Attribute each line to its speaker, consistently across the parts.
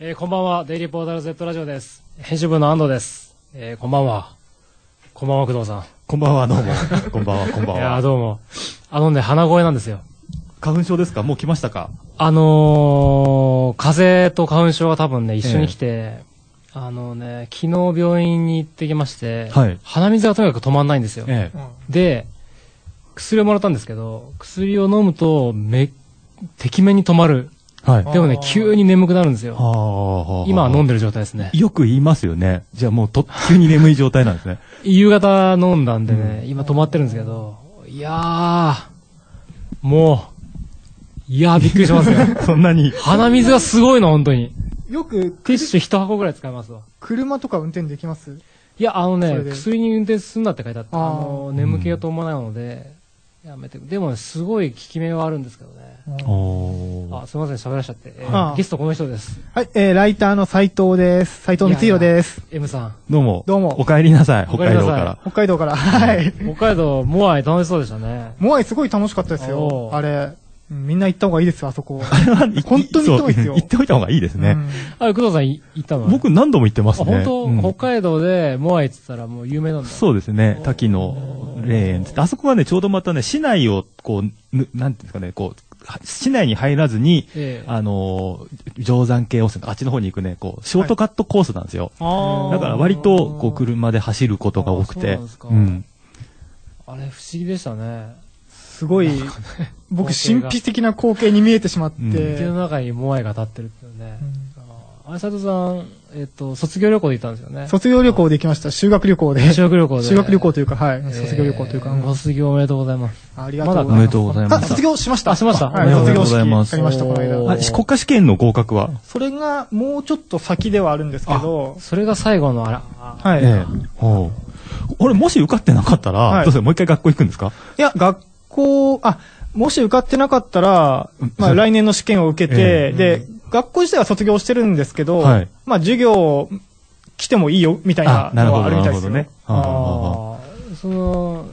Speaker 1: えーこんばんは、デイリーポータル Z ラジオです。編集部の安藤です。えーこんばんは。こんばんは、工藤さん。
Speaker 2: こんばんは、どうも。こんばんは、こんばん
Speaker 1: いやー、
Speaker 2: は。
Speaker 1: どうも。あのね、鼻声なんですよ。
Speaker 2: 花粉症ですかもう来ましたか
Speaker 1: あのー、風邪と花粉症が多分ね、一緒に来て、あのね、昨日病院に行ってきまして、
Speaker 2: はい
Speaker 1: 鼻水がとにかく止まんないんですよ。
Speaker 2: ええ。
Speaker 1: で、薬をもらったんですけど、薬を飲むと、め、てきめに止まる。
Speaker 2: はい。
Speaker 1: でもね、急に眠くなるんですよ。
Speaker 2: は
Speaker 1: 今は飲ん
Speaker 2: で
Speaker 1: でる状態ですね。
Speaker 2: よく言いますよね。じゃあもうと、急に眠い状態なんですね。
Speaker 1: 夕方飲んだんでね、今止まってるんですけど、いやー、もう、いやーびっくりしますよ。
Speaker 2: そんなに。
Speaker 1: 鼻水がすごいの、本当に。
Speaker 3: よく
Speaker 1: ティッシュ一箱ぐらい使いますわ。
Speaker 3: 車とか運転できます
Speaker 1: いや、あの
Speaker 3: そ
Speaker 1: ね
Speaker 3: れ、で
Speaker 1: 薬に運転すんなって書いてあった。
Speaker 3: あ
Speaker 1: あ
Speaker 3: ー
Speaker 1: の、眠気が止まないので、やめて。でもね、すごい効き目はあるんですけどね。
Speaker 2: おー
Speaker 1: あ、すいません、喋らしちゃって。えー
Speaker 3: あー
Speaker 1: ゲストこの人です。
Speaker 3: はい、えー、ライターの斎藤です。斎藤光
Speaker 1: いや
Speaker 3: 弘
Speaker 1: いや
Speaker 3: です。
Speaker 1: M さん。
Speaker 2: どうも。
Speaker 3: どうも
Speaker 2: お帰りなさい、北海道
Speaker 1: お帰り
Speaker 2: か
Speaker 1: な
Speaker 2: ら。
Speaker 3: 北海道から。はい。
Speaker 1: 北海道、モアイ楽しそうでしたね。
Speaker 3: モアイすごい楽しかったですよ
Speaker 1: お。ー
Speaker 3: あれ、うんみんな行った方がいいですよ、あそこ。
Speaker 2: あれは行き
Speaker 3: 本当に行った方がいいです
Speaker 2: そう
Speaker 3: よ
Speaker 2: うん行っておい た方がいいです
Speaker 3: う
Speaker 2: ね。
Speaker 3: ん
Speaker 1: あ、工藤さんい行ったの
Speaker 2: 僕何度も行ってます
Speaker 1: あ
Speaker 2: ね。
Speaker 1: 本当、
Speaker 2: うん
Speaker 1: 北海道でモアイって言ったらもう有名なんだ。
Speaker 2: そうですね。滝の霊園つってあそこはね、ちょうどまたね、市内を、こう、ぬなんていうんですかね、こう、は市内に入らずに、
Speaker 1: ええ
Speaker 2: あのー、定山系温泉、あっちの方に行くね、こう、ショートカットコースなんですよ。
Speaker 1: あー
Speaker 2: だから割と、こう、車で走ることが多
Speaker 1: あー
Speaker 2: く
Speaker 1: そう
Speaker 2: て
Speaker 1: なんですか。
Speaker 2: うん。
Speaker 1: あれ不思議でしたね。
Speaker 3: すごい、僕、
Speaker 1: 光景
Speaker 3: 神
Speaker 1: が
Speaker 3: 秘的な光景に見えてしまって。
Speaker 2: うん
Speaker 1: 池の中にモアイが立ってるっていうね。
Speaker 3: うん
Speaker 1: あれ、佐藤さん、えっと、卒業旅行で行ったんですよね。
Speaker 3: 卒業旅行で行きました。修学旅行で。
Speaker 1: 修学旅行で。
Speaker 3: 修学旅行
Speaker 1: と
Speaker 3: というか、はい。卒業旅行というか。
Speaker 1: ご卒業おめでとうございます。
Speaker 3: ありがとうござい
Speaker 2: お
Speaker 3: ます。
Speaker 2: めでとうございま
Speaker 3: あ、
Speaker 2: す。
Speaker 3: 卒業しました。
Speaker 1: あしました
Speaker 3: はい、
Speaker 2: おめ
Speaker 3: 卒
Speaker 2: でとう
Speaker 3: 業
Speaker 2: ござい
Speaker 3: 式
Speaker 2: ます
Speaker 3: ありました、この間
Speaker 1: お。
Speaker 2: あ、国家試験の合格は
Speaker 3: それがもうちょっと先ではあるんですけど、
Speaker 1: それが最後のあら。
Speaker 3: はい。
Speaker 2: ええ。ほう俺、もし受かってなかった
Speaker 3: は
Speaker 2: ら、
Speaker 3: い
Speaker 2: どうせもう一回学校行くんですか
Speaker 3: いや、学校、あ、もし受かってなかったら
Speaker 2: うん、
Speaker 3: ま
Speaker 2: そ
Speaker 3: あ
Speaker 2: う
Speaker 3: 来年の試験を受けて、
Speaker 2: ええ
Speaker 3: で、学校自体は卒業してるんですけど、
Speaker 2: はい
Speaker 3: まあ授業来てもいいよ、みたいな
Speaker 2: なる
Speaker 3: の
Speaker 2: ほ
Speaker 3: は
Speaker 2: ど、
Speaker 3: あるみ
Speaker 2: な
Speaker 3: た
Speaker 2: るほ
Speaker 3: いです
Speaker 2: ど
Speaker 3: よ。
Speaker 2: ね。はあはあはあ
Speaker 1: あーその、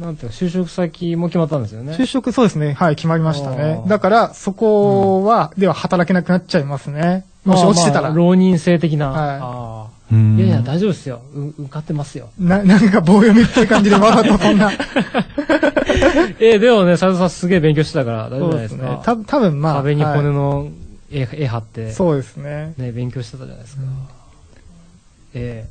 Speaker 1: なんていうか、就職先も決まったんですよね。
Speaker 3: 就職、そうですね。はい、決まりましたね
Speaker 1: あ。ー
Speaker 3: だから、そこは、では働けなくなっちゃいますね。もし落ちてた
Speaker 1: まあま
Speaker 3: ら。
Speaker 1: あ浪人性的な。
Speaker 3: はい
Speaker 1: あ
Speaker 2: う
Speaker 1: ー
Speaker 2: ん
Speaker 1: いやいや、大丈夫ですよ。う受かってますよ。
Speaker 3: な、 なんか棒読みっぽい感じで、わざとそんな。
Speaker 1: えー、でもね、佐藤さんすげえ勉強してたから大丈夫
Speaker 3: そ
Speaker 1: じ
Speaker 3: う
Speaker 1: ゃない
Speaker 3: で
Speaker 1: ですす
Speaker 3: ね
Speaker 1: か。。
Speaker 3: た多分まあ。
Speaker 1: 壁に
Speaker 3: はい
Speaker 1: 骨の絵,、絵貼って、
Speaker 3: そうですね。
Speaker 1: ね、勉強してたじゃないですか。え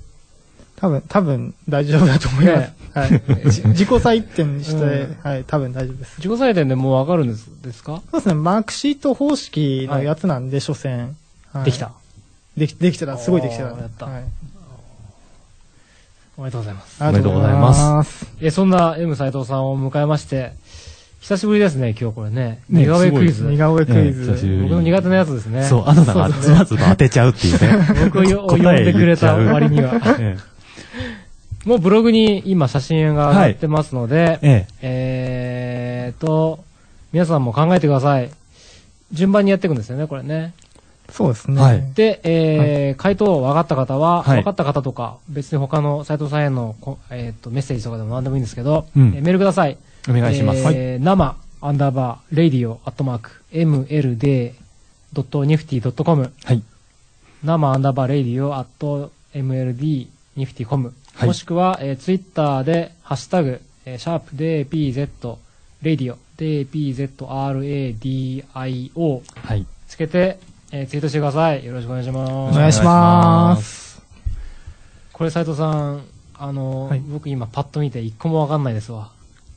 Speaker 3: 多分、多分大丈夫だと思います。はい。じ自己採点にして、
Speaker 1: うん
Speaker 3: はい、多分大丈夫です。
Speaker 1: 自己採点でもうわかるんですですか、
Speaker 3: そうですね、マークシート方式のやつなんで、所詮。はい
Speaker 1: できた。
Speaker 3: でき、できてた。すごいできてた。
Speaker 1: おーやった
Speaker 3: はい。
Speaker 1: おめでとうございます。
Speaker 3: ありがとうございます。
Speaker 1: え、そんな M 斎藤さんを迎えまして、久しぶりですね、今日これね。
Speaker 2: ね
Speaker 1: 似顔絵クイズ。
Speaker 3: 似顔絵クイズ。
Speaker 2: ええ久しぶり
Speaker 1: 僕の苦手なやつですね。
Speaker 2: そう、あなたがズバズバ当てちゃうってい うね。
Speaker 1: 僕をよ呼ん
Speaker 2: 答え
Speaker 1: でくれた
Speaker 2: 言っちゃう
Speaker 1: 割には。
Speaker 2: え
Speaker 1: もうブログに今写真が上がってますので、
Speaker 2: ええ
Speaker 1: えーと、皆さんも考えてください。順番にやっていくんですよね、これね。
Speaker 3: そうですね。
Speaker 2: はい
Speaker 1: で、えー回答分かった方は、
Speaker 2: はい
Speaker 1: 分かった方とか、別に他の斉藤さんへのこ、えー、とメッセージとかでも何でもいいんですけど、
Speaker 2: うん
Speaker 1: えーメールください。
Speaker 2: えお願いします。はい
Speaker 1: えー生、アンダーバー、レディオ、アットマーク、mld.nifty.com、
Speaker 2: はい。
Speaker 1: 生、アンダーバー、レディオ、アット、mld.nifty.com、
Speaker 2: はい
Speaker 1: もしくは、えー、ツイッターで、ハッシュタグ、えー、シャープ dpz、レディオ、dpzradio
Speaker 2: はい。
Speaker 1: つけて、えーツイートしてください。よろしくお願いし
Speaker 3: お
Speaker 1: ます。
Speaker 3: 願いします。
Speaker 1: これ斉藤さん、あの、
Speaker 3: はい
Speaker 1: 僕今パッと見て一個もわかんないですわ。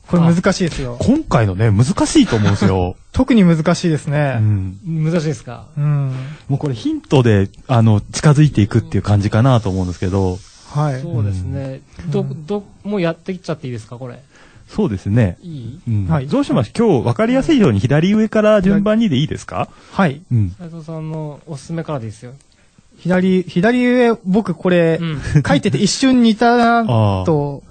Speaker 3: これ難しいですよ。
Speaker 2: 今回のね、難しいと思うんですよ。
Speaker 3: 特に難しいです
Speaker 2: う
Speaker 3: ね。
Speaker 2: ん。
Speaker 1: 難しいですか
Speaker 3: うん。
Speaker 2: もうこれヒントで、あの、近づいていくっていう感じかなと思うんですけど、
Speaker 3: はい。
Speaker 1: そうですね。ど、ど、もうやってきちゃっていいですかこれ。
Speaker 2: そうですね。
Speaker 1: いい
Speaker 2: うん。
Speaker 3: はい
Speaker 2: どうしましょう今日分かりやすいように左上から順番にでいいですか
Speaker 3: はい。
Speaker 2: うん。
Speaker 1: 斉藤さんのおすすめからでいいですよ。
Speaker 3: 左、左上、僕これ
Speaker 1: う、ん。
Speaker 3: 書いてて一瞬似たなと、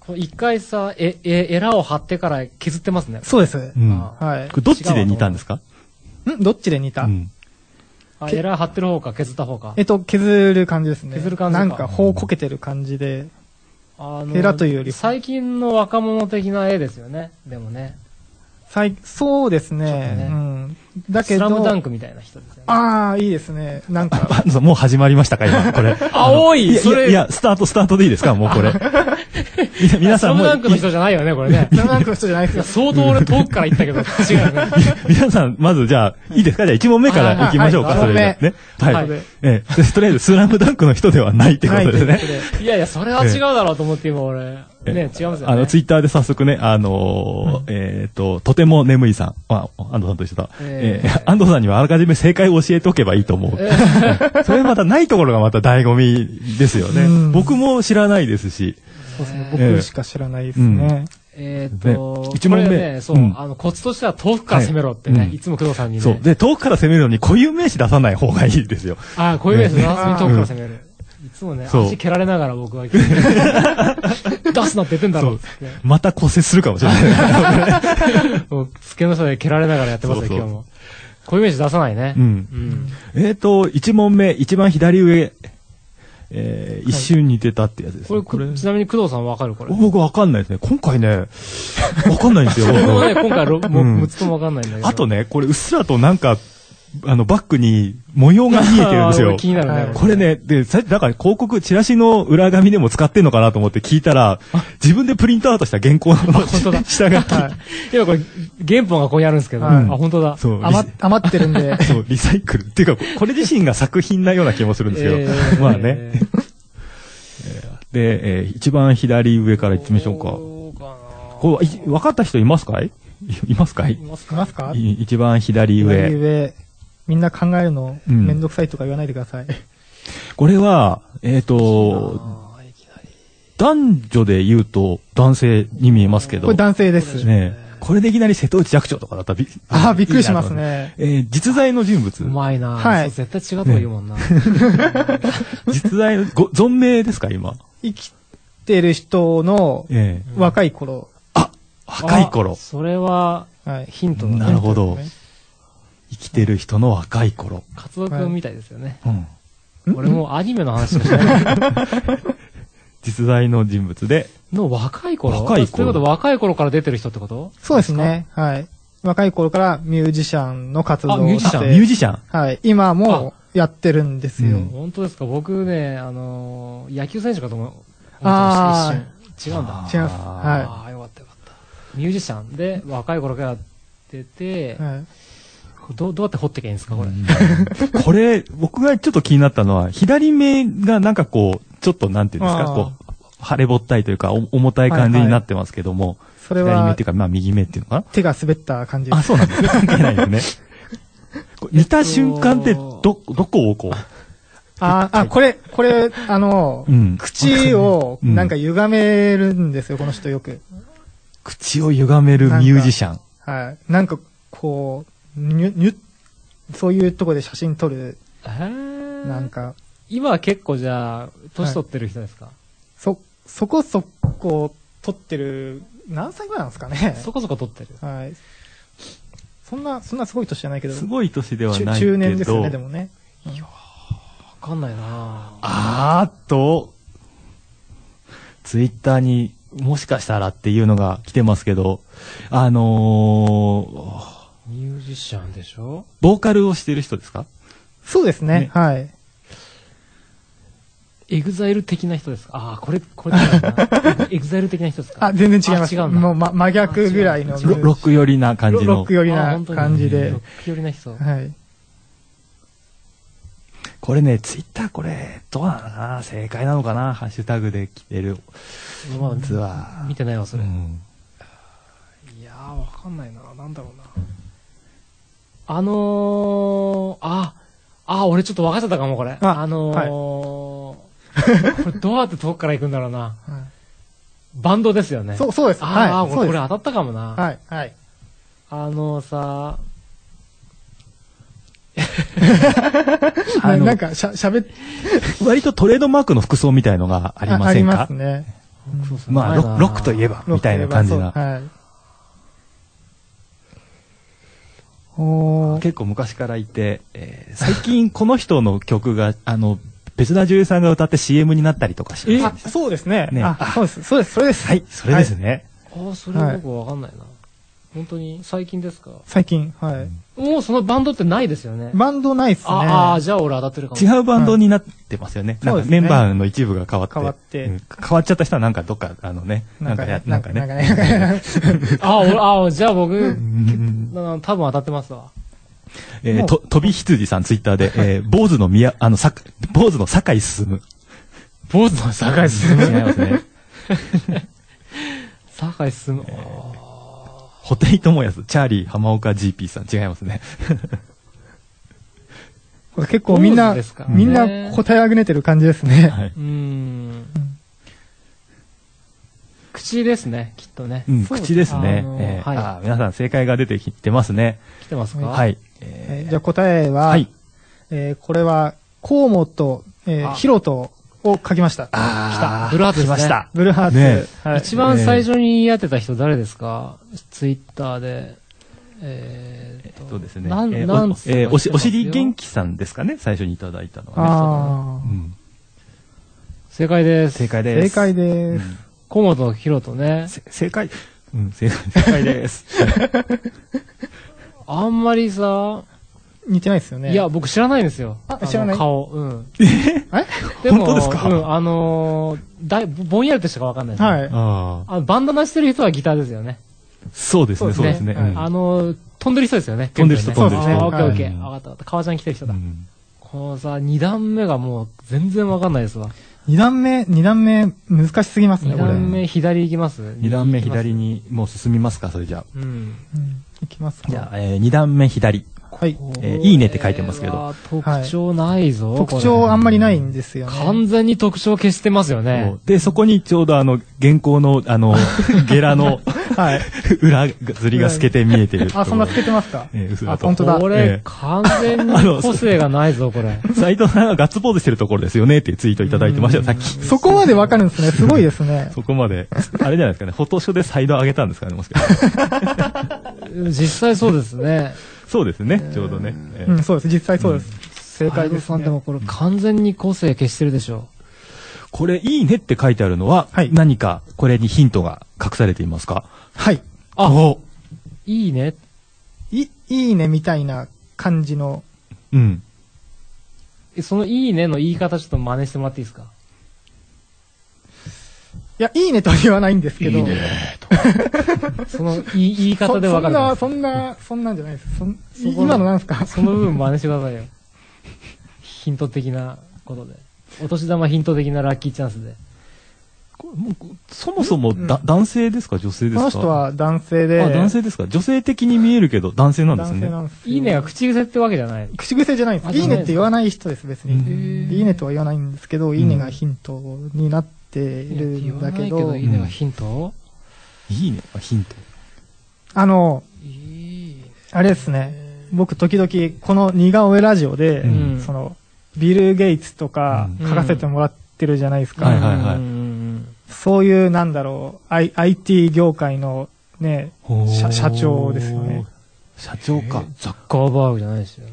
Speaker 1: これ一回さ、え、え、エラを張ってから削ってますね。
Speaker 3: そうです
Speaker 2: う。ん。
Speaker 1: あ
Speaker 3: はい
Speaker 2: こ。れどっちで似たんですか
Speaker 3: んどっちで似た、
Speaker 2: うん。
Speaker 1: あ、
Speaker 3: け
Speaker 1: エラ張ってる方か削った方か。
Speaker 3: えっと、削る感じですね。
Speaker 1: 削る感じか
Speaker 3: なんか、頬こけてる感じで。
Speaker 1: あ
Speaker 3: エラというより
Speaker 1: 最近の若者的な絵ですよね。でもね。
Speaker 3: 最そうですね
Speaker 1: ね
Speaker 3: うん。うん。だけ
Speaker 1: ス
Speaker 3: ど、
Speaker 1: ラムダンクみたいな人ですよね。
Speaker 3: ああ、いいですね。なんか、
Speaker 2: バンドさん、もう始まりましたか、今、こ れ。
Speaker 1: あおい
Speaker 2: いや
Speaker 1: それ
Speaker 2: いや、スタート、スタートでいいですか、もう これ。みな皆
Speaker 1: ス
Speaker 2: さ
Speaker 1: ラ
Speaker 2: ん
Speaker 1: ム
Speaker 2: もう、
Speaker 1: ダンクの人じゃないよね、これね
Speaker 3: ス。ラムダンクの人じゃないで す
Speaker 1: い
Speaker 3: よ
Speaker 1: や。相当俺遠くから言ったけど、違うよね。
Speaker 2: い 皆さん、まずじゃあ、いいですかじゃあ、1問目からいきましょうか、
Speaker 3: はい
Speaker 2: それじゃ
Speaker 3: はい
Speaker 2: ね。はい。
Speaker 1: はい
Speaker 2: ええ、とりあえず、スラムダンクの人ではないってことです
Speaker 3: な
Speaker 2: ね
Speaker 3: いとい。うこ
Speaker 1: いやいや、それは違うだろうと思って今俺、
Speaker 2: え
Speaker 1: ね、違いますよね。
Speaker 2: あの、ツイッターで早速ね、あのーえっ、と、とても眠いさん、あ、安藤さんと一緒だ。
Speaker 1: えー
Speaker 2: えー安藤さんにはあらかじめ正解を教えておけばいいと思う。
Speaker 1: え
Speaker 2: それまたないところがまた醍醐味ですよ
Speaker 3: う
Speaker 2: ね。
Speaker 3: ん
Speaker 2: 僕も知らないですし。
Speaker 3: そうですね。
Speaker 2: ええ
Speaker 3: 僕しか知らないですね。
Speaker 1: えーっと
Speaker 2: ね、一問目
Speaker 1: これね、そう
Speaker 2: う、ん
Speaker 1: あの、コツとしては遠くから攻めろってね、
Speaker 2: はいうん
Speaker 1: いつも工藤さんにね。
Speaker 2: そう。で、遠くから攻めるのに固有名詞出さない方がいいですよ。
Speaker 1: ああ、こういう面ですね。あー遠くから攻める。いつもね、
Speaker 2: そう
Speaker 1: 足蹴られながら僕は聞い て出すなって言ってんだろうっつって。
Speaker 2: また骨折するかもしれない。
Speaker 1: もう机の下で蹴られながらやってますよ、
Speaker 2: そうそう
Speaker 1: 今日も。こういうイメージ出さないね。
Speaker 2: うん。
Speaker 1: うん。
Speaker 2: えっ、と、1問目、一番左上、えー一瞬似てたってやつです、
Speaker 1: これ、ちなみに工藤さんわかるこれ。
Speaker 2: 僕わかんないですね。今 回ね、わかんないんですよ。
Speaker 1: 僕もね、今回ろ、もう、
Speaker 2: うん
Speaker 1: 6つともわかんないんだけど。
Speaker 2: あとね、これうっすらとなんか、あの、バッグに模様が見えてるんです
Speaker 1: あー俺
Speaker 2: よ。
Speaker 1: 気になるね。
Speaker 3: はい
Speaker 1: 俺
Speaker 2: これ。ね、で、さだから広告、チラシの裏紙でも使ってんのかなと思って聞いたら、自分でプリントアウトした原稿
Speaker 1: 本当
Speaker 2: の
Speaker 1: だ
Speaker 2: 下が、
Speaker 1: 今これ、原本がここにあるんですけど。
Speaker 3: はい
Speaker 1: あ、本当だ。
Speaker 2: そう、リサ、
Speaker 3: 余っ余ってるんで
Speaker 2: そうリサイクル。っていうか、これ自身が作品なような気もするんですけど、
Speaker 1: えー
Speaker 2: まあね。。で、えー一番左上から行ってみましょうか。
Speaker 1: どうかな
Speaker 2: こう、い分かった人いますかい いいますかい
Speaker 1: います
Speaker 3: い
Speaker 1: か
Speaker 3: ますか
Speaker 2: い一番左上。
Speaker 3: 左上みんな考えるのめんどくさいとか言わないでください。
Speaker 2: これは、えっ、と、
Speaker 1: あーいきなり
Speaker 2: 男女で言うと男性に見えますけど、
Speaker 3: これ男性です。
Speaker 2: ねえ、これでいきなり瀬戸内寂聴とかだったらび
Speaker 3: ああ、びっくりします。ね。
Speaker 2: いいなとえー実在の人物
Speaker 1: うまいな
Speaker 3: はい
Speaker 1: そう絶対違うとこ言うもんな。
Speaker 2: 実在の、ご、存命ですか、今。
Speaker 3: 生きてる人の
Speaker 2: ええ
Speaker 3: 若い頃。
Speaker 2: 若い頃
Speaker 1: あ。それは、
Speaker 3: はい。
Speaker 1: ヒントだ
Speaker 2: な
Speaker 1: ね。
Speaker 2: るほど
Speaker 3: ヒントですね。
Speaker 2: 生きてる人の若い頃。
Speaker 1: カツオ君みたいですよね。
Speaker 2: うん。
Speaker 1: 俺もアニメの話しかし ない。
Speaker 2: 実在の人物で、
Speaker 1: の若い頃
Speaker 2: 若い頃
Speaker 1: ということは若い頃から出てる人ってこと
Speaker 3: そうですね。はい。若い頃からミュージシャンの活動
Speaker 1: あ
Speaker 3: をし
Speaker 1: ミ
Speaker 3: て。
Speaker 1: ュージシャン
Speaker 2: ミュージシャン。
Speaker 3: はい。今もやってるんですよ。
Speaker 2: うん
Speaker 1: 本当ですか僕ね、あのー、野球選手かと思う。
Speaker 3: あー
Speaker 1: 思ってました一瞬違うんだ。
Speaker 3: 違います
Speaker 1: ああ、よかったよかった。ミュージシャンで若い頃からやってて、
Speaker 3: はい。
Speaker 1: どどうやって掘ってけばいいんですかこれ。
Speaker 2: うんこれ、僕がちょっと気になったのは、左目がなんかこう、ちょっとなんていうんですか、
Speaker 3: あー
Speaker 2: こう、腫れぼったいというか、お重たい感じになってますけども、
Speaker 3: それ
Speaker 2: 左目っ
Speaker 3: は
Speaker 2: ていうか、まあ右目っていうのかな
Speaker 3: 手が滑った感じで
Speaker 2: あ、
Speaker 3: す。
Speaker 2: そうなんですね。関係ない ですね。こう似た瞬間って、ど、どこをこ
Speaker 3: ああ、これ、これ、あの、
Speaker 2: う、うん。
Speaker 3: 口を
Speaker 2: うん
Speaker 3: なんか歪めるんですよ、この人よく。
Speaker 2: 口を歪めるミュージシャン。
Speaker 3: はい。なんか、こう、にゅ、にゅ、そういうとこで写真撮る、
Speaker 1: えー
Speaker 3: なんか、
Speaker 1: 今は結構じゃあ、年取ってる人ですか、
Speaker 3: そ、そこそこ撮ってる、何歳ぐらいなんですかね。
Speaker 1: そこそこ取ってる。
Speaker 3: はい。そんな、そんなすごい年じゃないけど、
Speaker 2: すごい年ではないけど
Speaker 3: 中、中年ですよね、でもね。
Speaker 1: わかんないなぁ
Speaker 2: あーっと、ツイッターにもしかしたらっていうのが来てますけど、あのー、
Speaker 1: ミュージシャンでしょ
Speaker 2: ボーカルをしてる人ですか
Speaker 3: そうですね、
Speaker 2: ね
Speaker 3: はい。
Speaker 1: エグザイル的な人ですかああ、これ、これ違う な。エグザイル的な人ですか
Speaker 3: あ、全然違います。
Speaker 1: あ違うんだ
Speaker 3: もう、ま、真逆ぐらいの
Speaker 1: あ違
Speaker 2: ロ
Speaker 1: う
Speaker 2: ロック寄りな感じ
Speaker 3: ロッ
Speaker 2: の
Speaker 3: ク。寄り
Speaker 1: あ
Speaker 3: な
Speaker 1: 本当に
Speaker 3: 感じで
Speaker 1: ロ。ック寄りな人。
Speaker 3: はい。
Speaker 2: これね、ツイッターこれ、どうなのかな正解なのかなハッシュタグで来てる
Speaker 1: ま
Speaker 2: やつ
Speaker 1: あ、
Speaker 2: は
Speaker 1: 見。てないわ、そうれ。
Speaker 2: ん
Speaker 1: いやー、わかんないな。なんだろうな。あのー、あ、あ、俺ちょっと分かっちゃったかも、これ。あ
Speaker 3: あ
Speaker 1: のー、 これどうやって遠くから行くんだろうな。
Speaker 3: は
Speaker 1: バンドですよね。
Speaker 3: いそう、そうです。はい。
Speaker 1: ああ、
Speaker 3: そう
Speaker 1: 俺
Speaker 3: で
Speaker 1: こ
Speaker 3: す
Speaker 1: れ。当たったかもな。
Speaker 3: はい、はい。
Speaker 1: あのさ、
Speaker 2: あの
Speaker 3: なんか、しゃ、喋って、
Speaker 2: 割とトレードマークの服装みたいのがありません
Speaker 3: あ
Speaker 2: か
Speaker 3: ありますね。
Speaker 2: まあロ、ロックといえば、みたいな感じ
Speaker 3: ロッ
Speaker 2: な
Speaker 3: ク。といえばそうはい。おー
Speaker 2: 結構昔からいて、えー最近この人の曲が、あの、別な女優さんが歌って CM になったりとかしま
Speaker 3: あ
Speaker 2: す。
Speaker 3: そうですね
Speaker 2: ね
Speaker 3: あ、そうです。そうです。それです。
Speaker 2: はい、それですね。
Speaker 1: ああ、それは僕わかんないな。
Speaker 3: は
Speaker 1: 本当に最近ですか
Speaker 3: 最近、はい。
Speaker 1: もうそのバンドってないですよね。
Speaker 3: バンドないっすね。
Speaker 1: ああー、じゃあ俺当たってるかも。
Speaker 2: 違うバンドになってますよね。
Speaker 3: うん
Speaker 2: なんかメンバーの一部が変わって。
Speaker 3: 変わって
Speaker 2: うん変わっちゃった人はなんかどっか、あのね、なんかや、なんか
Speaker 3: なんか
Speaker 2: ね。
Speaker 3: ね。なんかね
Speaker 1: あー俺あー、じゃあ僕
Speaker 2: う、ん
Speaker 1: な多分当たってますわ。
Speaker 2: えーと、飛び羊さんツイッターで、えー、坊主の宮、あの、さ、坊主の坂井進む。
Speaker 1: 坊主の酒井進
Speaker 2: 違いますね。
Speaker 1: 酒井進む。あ
Speaker 2: ホテイトモヤス、チャーリー浜岡 GP さん、違いますね。
Speaker 3: こ れ結構みん
Speaker 1: 坊主
Speaker 3: な
Speaker 1: ですから、ね
Speaker 3: みんな答えあぐねてる感じですね。
Speaker 2: は
Speaker 1: ー
Speaker 2: い
Speaker 1: うーん。口ですね、きっとね
Speaker 2: う。ん、口です
Speaker 1: あ
Speaker 2: ね。
Speaker 1: のー
Speaker 2: えー
Speaker 1: はい
Speaker 2: あー皆さん正解が出てきてますね。
Speaker 1: 来てますか
Speaker 2: はい。
Speaker 3: え
Speaker 2: え
Speaker 3: ーじゃあ答え
Speaker 2: ー
Speaker 3: は、
Speaker 2: はい。
Speaker 3: えーこれは、河本、えー
Speaker 1: あ
Speaker 3: ヒロトを書きまし
Speaker 1: あー
Speaker 3: た。
Speaker 2: あ
Speaker 1: 来たブルーハーツです
Speaker 2: 来
Speaker 1: ね
Speaker 2: ました。
Speaker 3: ブルーハーツ。
Speaker 2: ね
Speaker 3: はい、
Speaker 1: 一番最初に言い当てた人誰ですかツイッターで。えーっと
Speaker 2: そうですね。
Speaker 1: なん、
Speaker 2: えー
Speaker 1: なん
Speaker 2: お
Speaker 1: つ
Speaker 2: えーおし、お尻元
Speaker 1: 気。
Speaker 2: 気さんですかね、最初にいただいたのはね。
Speaker 3: あ
Speaker 2: う
Speaker 3: ー
Speaker 2: ん
Speaker 1: 正解です。
Speaker 2: 正解で
Speaker 3: 正
Speaker 2: す。
Speaker 3: 解
Speaker 2: う
Speaker 3: で
Speaker 2: ん
Speaker 3: す。
Speaker 1: 小本ひろとね。
Speaker 2: せ正解。うん、正解 正解です。
Speaker 1: あんまりさ、
Speaker 3: 似てないですよね。
Speaker 1: いや、、僕知らないんですよ。
Speaker 3: あ
Speaker 1: あの
Speaker 3: 知らない
Speaker 1: 顔。うん。
Speaker 3: え
Speaker 1: でも
Speaker 2: 本当ですか
Speaker 1: うん、あのーだい、ぼんやりとしかわかんないですね。
Speaker 3: はい。
Speaker 2: ああ。
Speaker 1: あのバンダナしてる人はギターですよね。
Speaker 2: そうですね、そうですね。
Speaker 3: そうですね
Speaker 2: うん
Speaker 1: あのー飛んでる人ですよね。
Speaker 2: 飛んでる人
Speaker 1: ピュンピュンねそうで
Speaker 3: 飛んでる人
Speaker 1: すね。オッケーオッケ
Speaker 2: う
Speaker 1: ー。
Speaker 2: ん
Speaker 1: わかったわかった。革ジャン着てる人だ。
Speaker 2: うん
Speaker 1: このさ、二段目がもう全然わかんないですわ。
Speaker 3: 二段目、二段目、難しすぎますね、
Speaker 1: 二
Speaker 3: これ。
Speaker 1: 段目左行きます
Speaker 2: 二段目左
Speaker 1: に。
Speaker 2: に、もう進みますか、それじゃあ。
Speaker 1: うん。
Speaker 3: うんいきますか。
Speaker 2: じゃあ、えー二段目左。
Speaker 3: はい。
Speaker 2: えーいいねって書いてますけど
Speaker 1: これは特徴ないぞ。
Speaker 3: 特
Speaker 1: こ
Speaker 3: 徴あんまりないんですよ
Speaker 1: れ
Speaker 3: ね。
Speaker 1: 完全に特徴消してますよね。
Speaker 2: で、そこにちょうどあの、原稿の、あの、ゲラの
Speaker 3: はい。
Speaker 2: 裏ずりが透けて見えてる。
Speaker 3: あ、そんなつけてますか
Speaker 2: ええ薄々
Speaker 3: あ、本当だ。
Speaker 1: こ
Speaker 2: え
Speaker 1: れ
Speaker 2: え、
Speaker 1: 完全に個性がないぞ、これ。
Speaker 2: 斎藤さんがガッツポーズしてるところですよねっていうツイートいただいてましたよ、さっき。
Speaker 3: そこまでわかるんですね。すごいですね。
Speaker 2: そこまで。あれじゃないですかね。フォトショーでサイド上げたんですかね、もしかして。
Speaker 1: 実際そうです ね。
Speaker 2: そうですね、ちょうどね。え
Speaker 3: う
Speaker 2: ー
Speaker 3: ん、そうです。実際そうです。正解です
Speaker 1: ハイドさん
Speaker 3: ね。
Speaker 1: でもこれ完全に個性消してるでしょ。
Speaker 2: これ、いいねって書いてあるのは、
Speaker 3: はい
Speaker 2: 何かこれにヒントが隠されていますか
Speaker 3: はい。
Speaker 1: あ
Speaker 2: お
Speaker 1: いいね。
Speaker 3: い、いいねみたいな感じの、
Speaker 2: うん。
Speaker 1: えそのいいねの言い方ちょっと真似してもらっていいですか
Speaker 3: いや、いいねとは言わないんですけど。
Speaker 1: そ のい言い
Speaker 3: そ
Speaker 1: 方でわかるから
Speaker 3: そんな、そんな、そんなんじゃないです。そん
Speaker 1: そこの
Speaker 3: 今のなんですか
Speaker 1: その部分真似してくださいよ。ヒント的なことで。お年玉ヒント的なラッキーチャンスで。
Speaker 2: これもうこそもそもだ、
Speaker 3: うん
Speaker 2: 男性ですか女性です
Speaker 3: こ
Speaker 2: か
Speaker 3: の人は男性で。
Speaker 2: あ、男性ですか女性的に見えるけど、男性なんです
Speaker 3: 男
Speaker 2: ね
Speaker 3: 性。なんですよ
Speaker 1: いいねが口癖ってわけじゃない。
Speaker 3: 口癖じゃないんで
Speaker 1: あ
Speaker 3: す。いいねって
Speaker 1: じゃな
Speaker 3: 言
Speaker 1: い
Speaker 3: わない人です、別
Speaker 2: うん
Speaker 3: に。いいねとは言わないんですけど、いいねがヒントになっているんだけ
Speaker 1: 言わ
Speaker 3: ど
Speaker 1: ない、いいねがヒント、
Speaker 2: いいね。あヒント。
Speaker 3: あの、
Speaker 1: いいね。
Speaker 3: あれですね、僕時々この似顔絵ラジオで、
Speaker 1: うん
Speaker 3: その、ビル・ゲイツとか
Speaker 1: うん
Speaker 3: 書かせてもらってるじゃないですか。
Speaker 2: はいはいはい
Speaker 1: い。
Speaker 3: そういう、なんだろう、I、IT 業界のね、社社長ですよね。
Speaker 2: 社長か。
Speaker 1: ザッカーバーグじゃないですよね。